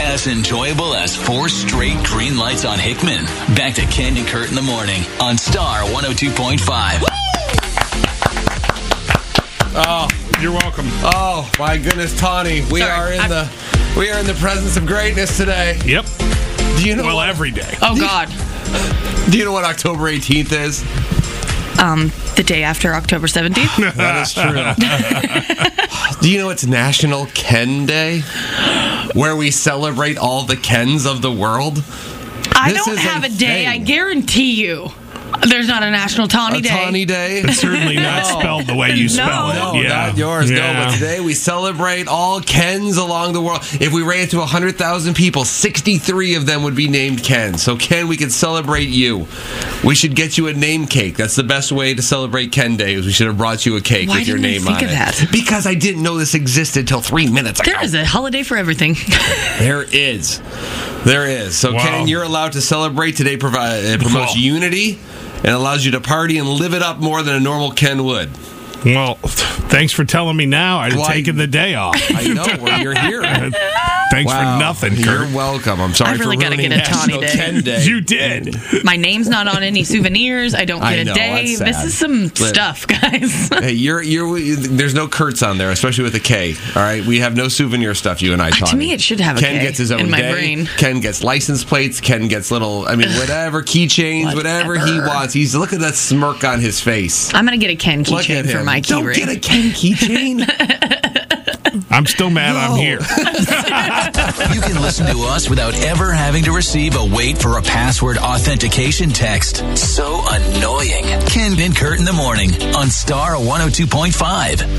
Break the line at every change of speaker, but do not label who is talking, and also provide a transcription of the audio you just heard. as enjoyable as four straight green lights on Hickman. Back to Candy Kurt in the morning on Star 102.5.
Oh,
You're welcome.
oh my goodness, Tawny, we
Sorry,
are in
I-
the we are in the presence of greatness today.
Yep.
Do you know?
Well,
what,
every day.
Uh,
Oh God.
do you know what October 18th is?
Um, the day after October 17th.
That is true. do you know it's National Ken Day, where we celebrate all the Kens of the world?
I
This
don't
is a
have a day.
thing.
I guarantee you. There's not a National Tawny
A
Day.
Tawny Day.
It's certainly not spelled the way you spell
No.
it.
Oh, No,
yeah.
not yours. No,
Yeah.
but today we celebrate all Kens along the world. If we ran to 100,000 people, 63 of them would be named Ken. So, Ken, we can celebrate you. We should get you a name cake. That's the best way to celebrate Ken Day. Is we should have brought you a cake
Why
with your
didn't I
name
think
on
of
it.
that?
Because I didn't know this existed until three minutes ago.
There is a holiday for everything.
There is. There is. So,
Wow.
Ken, you're allowed to celebrate today. Provi- uh, it promotes
Cool.
unity and allows you to party and live it up more than a normal Ken would.
Well, thanks for telling me now. I'd have
Why-
taken the day off. Uh,
I know. Well, you're here.
Thanks
Wow.
for nothing, Kurt.
You're welcome. I'm sorry
I really
for
gotta
ruining
get a Tawny
National
Day.
Ken Day.
You did.
My name's not on any souvenirs. I don't
I
get a
know,
day.
that's
This
sad.
is some
But-
stuff, guys.
Hey, you're you're. There's no Kurtz on there, especially with a K. All right, we have no souvenir stuff. You and I. Tawny.
Uh, me, it should have a
Ken
K
gets his own
in my
day.
brain.
Ken gets license plates. Ken gets little. I mean, whatever keychains, whatever. he
Whatever.
wants. He's look at that smirk on his face.
I'm gonna get a Ken
Look at
keychain
him.
for my
Don't
keyring.
get a Ken keychain.
I'm still mad I'm
No.
here.
You can listen to us without ever having to receive a wait for a password authentication text. oh So annoying. Ken and Kurt in the morning on Star 102.5.